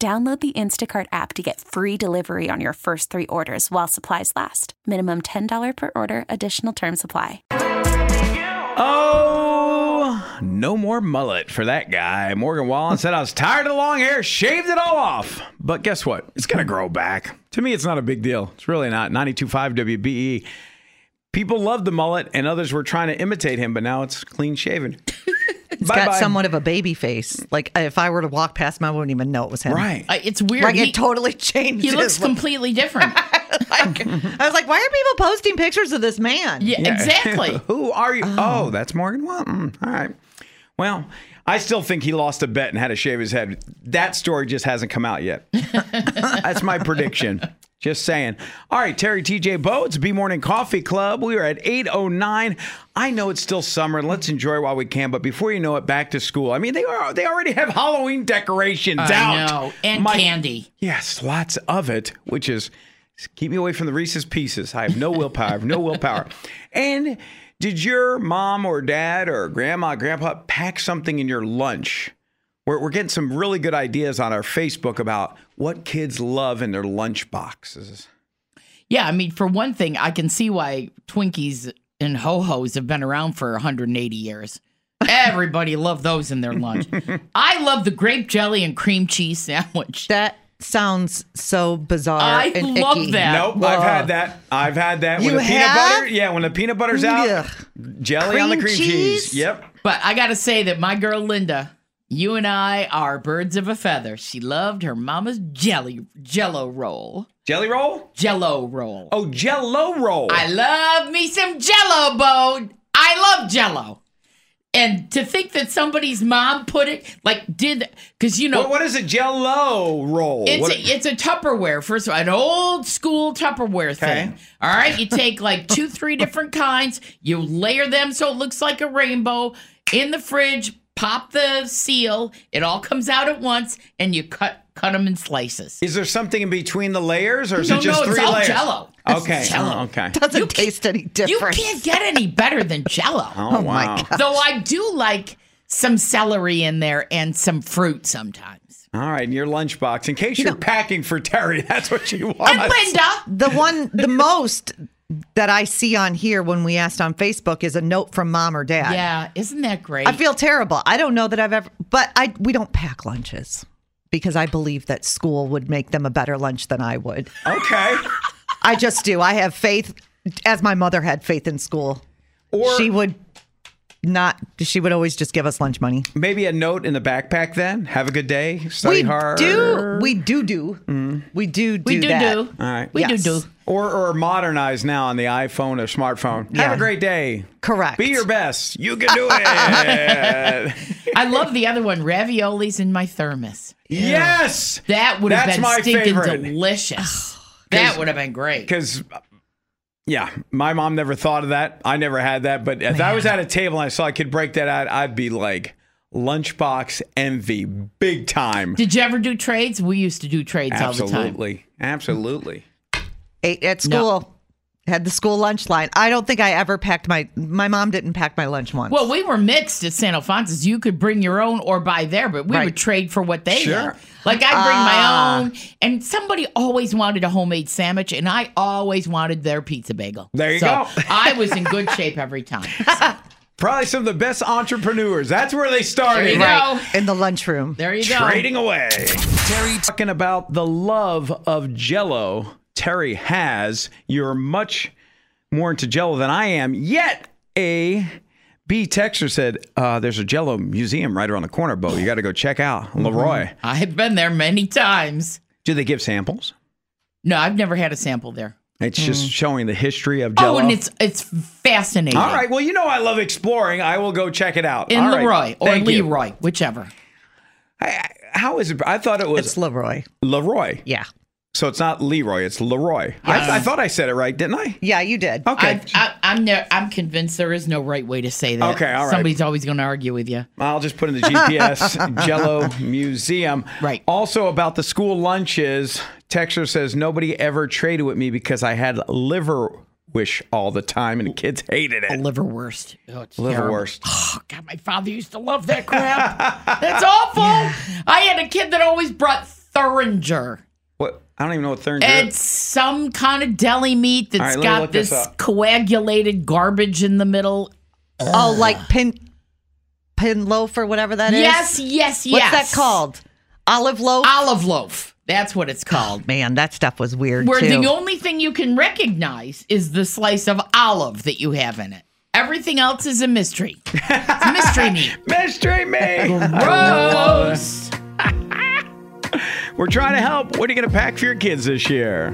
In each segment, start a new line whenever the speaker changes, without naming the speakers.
Download the Instacart app to get free delivery on your first three orders while supplies last. Minimum $10 per order, additional term supply.
Oh, no more mullet for that guy. Morgan Wallen said I was tired of the long hair, shaved it all off. But guess what? It's going to grow back. To me, it's not a big deal. It's really not. 92.5 WBE. E. People loved the mullet, and others were trying to imitate him, but now it's clean shaven.
It's got somewhat of a baby face. Like if I were to walk past him, I wouldn't even know it was him.
Right.
Uh, It's weird.
Like
he,
it totally changed.
he
his
looks
look.
completely different.
Like, I was like, why are people posting pictures of this man?
yeah, exactly.
Who are you? Oh, that's Morgan Wallen. All right. Well, I still think he lost a bet and had to shave his head. That story just hasn't come out yet. That's my prediction. Just saying. All right, Terry TJ Bo, it's B Morning Coffee Club. We are at 809. I know it's still summer and let's enjoy while we can, but before you know it, back to school. I mean, they are they already have Halloween decorations
I
out.
know. And
My-
candy.
Yes, lots of it, which is keep me away from the Reese's pieces. I have no willpower. I have no willpower. And did your mom or dad or grandma, grandpa pack something in your lunch? We're, we're getting some really good ideas on our Facebook about what kids love in their lunch boxes.
Yeah, I mean, for one thing, I can see why Twinkies and Ho Hos have been around for 180 years. Everybody loved those in their lunch. I love the grape jelly and cream cheese sandwich.
That sounds so bizarre.
I
and
love
icky.
that.
Nope,
Whoa.
I've had that. I've had that.
You
when the peanut
have?
butter, yeah, when the peanut butter's out, jelly on the
Cream
cream cheese.
cheese?
Yep.
But I got to say that my girl Linda, you and I are birds of a feather. She loved her mama's jelly jello roll.
Jelly roll?
Jello roll.
Oh, jello roll.
I love me some jello, Bo. I love jello. And to think that somebody's mom put it, like, did, because you know,
What- what is a jello roll?
it's,
What-
a, it's a Tupperware, first of all, an old school Tupperware thing.
Okay.
All right. You take like two, three different kinds, you layer them so it looks like a rainbow in the fridge, pop the seal, it all comes out at once, and you cut cut them in slices.
Is there something in between the layers, or is
No,
it just
no, it's
three
all
layers?
Jell-O. It's
Okay.
Jell-O.
oh, okay.
Doesn't
You can't-
taste any
You
different.
can't get any better than jello.
Oh,
Oh my
wow.
God.
Though I do like some celery in there and some fruit sometimes.
All right, in your lunchbox, in case you are packing for Terry, that's what she wants.
And Linda,
The one, the most that I see on here when we asked on Facebook is a note from mom or dad.
yeah, isn't that great?
I feel terrible. I don't know that I've ever, but I we don't pack lunches because I believe that school would make them a better lunch than I would.
Okay.
I just do. I have faith, as my mother had faith in school.
Or
she would not. She would always just give us lunch money.
maybe a note in the backpack. Then have a good day. Study
We
hard.
do. We do do. We do do.
Mm. we do
that.
do.
All right.
We
Yes.
do do.
Or or modernize now on the iPhone or smartphone. Have
Yeah.
a great day.
Correct.
Be your best. You can do it.
I love the other one, raviolis in my thermos.
yes.
That would have
That's
been
my
stinking
favorite.
delicious. that would have been great.
because yeah my mom never thought of that i never had that but if i was at a table and i saw a kid break that out i'd be like lunchbox envy big time
Did you ever do trades? We used to do trades all the time.
absolutely absolutely
Ate at school. Had the school lunch line. I don't think I ever packed my. My mom didn't pack my lunch once.
Well, we were mixed at San Alfonso's. You could bring your own or buy there, but we
Right.
would trade for what they
Sure. Ah.
had. Like I'd bring my own, and somebody always wanted a homemade sandwich, and I always wanted their pizza bagel.
There you
So
go.
I was in good shape every time.
Probably some of the best entrepreneurs. That's where they started.
There you go.
in the lunchroom.
There you go.
Trading away. Terry talking about the love of Jello. Terry has. You're much more into Jello than I am. Yet a B texter said, uh, "There's a Jello museum right around the corner, Bo. You got to go check out Leroy.
I've been there many times.
Do they give samples?
No, I've never had a sample there.
It's just showing the history of Jello.
Oh, and it's it's fascinating.
all right. Well, you know I love exploring. I will go check it out.
In
All right.
Leroy or
Thank you.
Leroy, whichever.
I- I- how is it? I thought it was
It's Leroy.
Leroy.
Yeah.
So it's not Leroy, it's Leroy. I, I thought I said it right, didn't I?
Yeah, you did.
Okay.
I, I, I'm ne- I'm convinced there is no right way to say that.
Okay, all right.
Somebody's always going to argue with you.
I'll just put in the GPS Jello Museum.
Right.
Also about the school lunches, Texter says nobody ever traded with me because I had liver wish all the time and the kids hated it.
Liverwurst. Oh, it's terrible.
Liverwurst.
Oh, God, my father used to love that crap. That's awful. I had a kid that always brought Thuringer.
What? I don't even know what Thurn
It's some kind of deli meat
All right, let me
that's
look
got
this
this,
up.
coagulated garbage in the middle.
Oh, like pin pin loaf or whatever that is.
yes, yes, yes.
What's that called? Olive loaf.
Olive loaf. That's what it's called.
Man, that stuff was weird
Where
too.
the only thing you can recognize is the slice of olive that you have in it. Everything else is a mystery. It's mystery meat.
Mystery me.
Gross.
We're trying to help. What are you going to pack for your kids this year?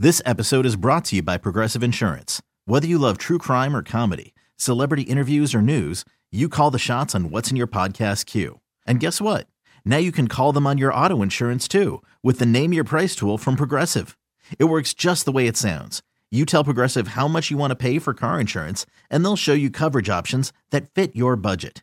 This episode is brought to you by Progressive Insurance. Whether you love true crime or comedy, celebrity interviews or news, you call the shots on what's in your podcast queue. And guess what? Now you can call them on your auto insurance too with the Name Your Price tool from Progressive. It works just the way it sounds. You tell Progressive how much you want to pay for car insurance, and they'll show you coverage options that fit your budget.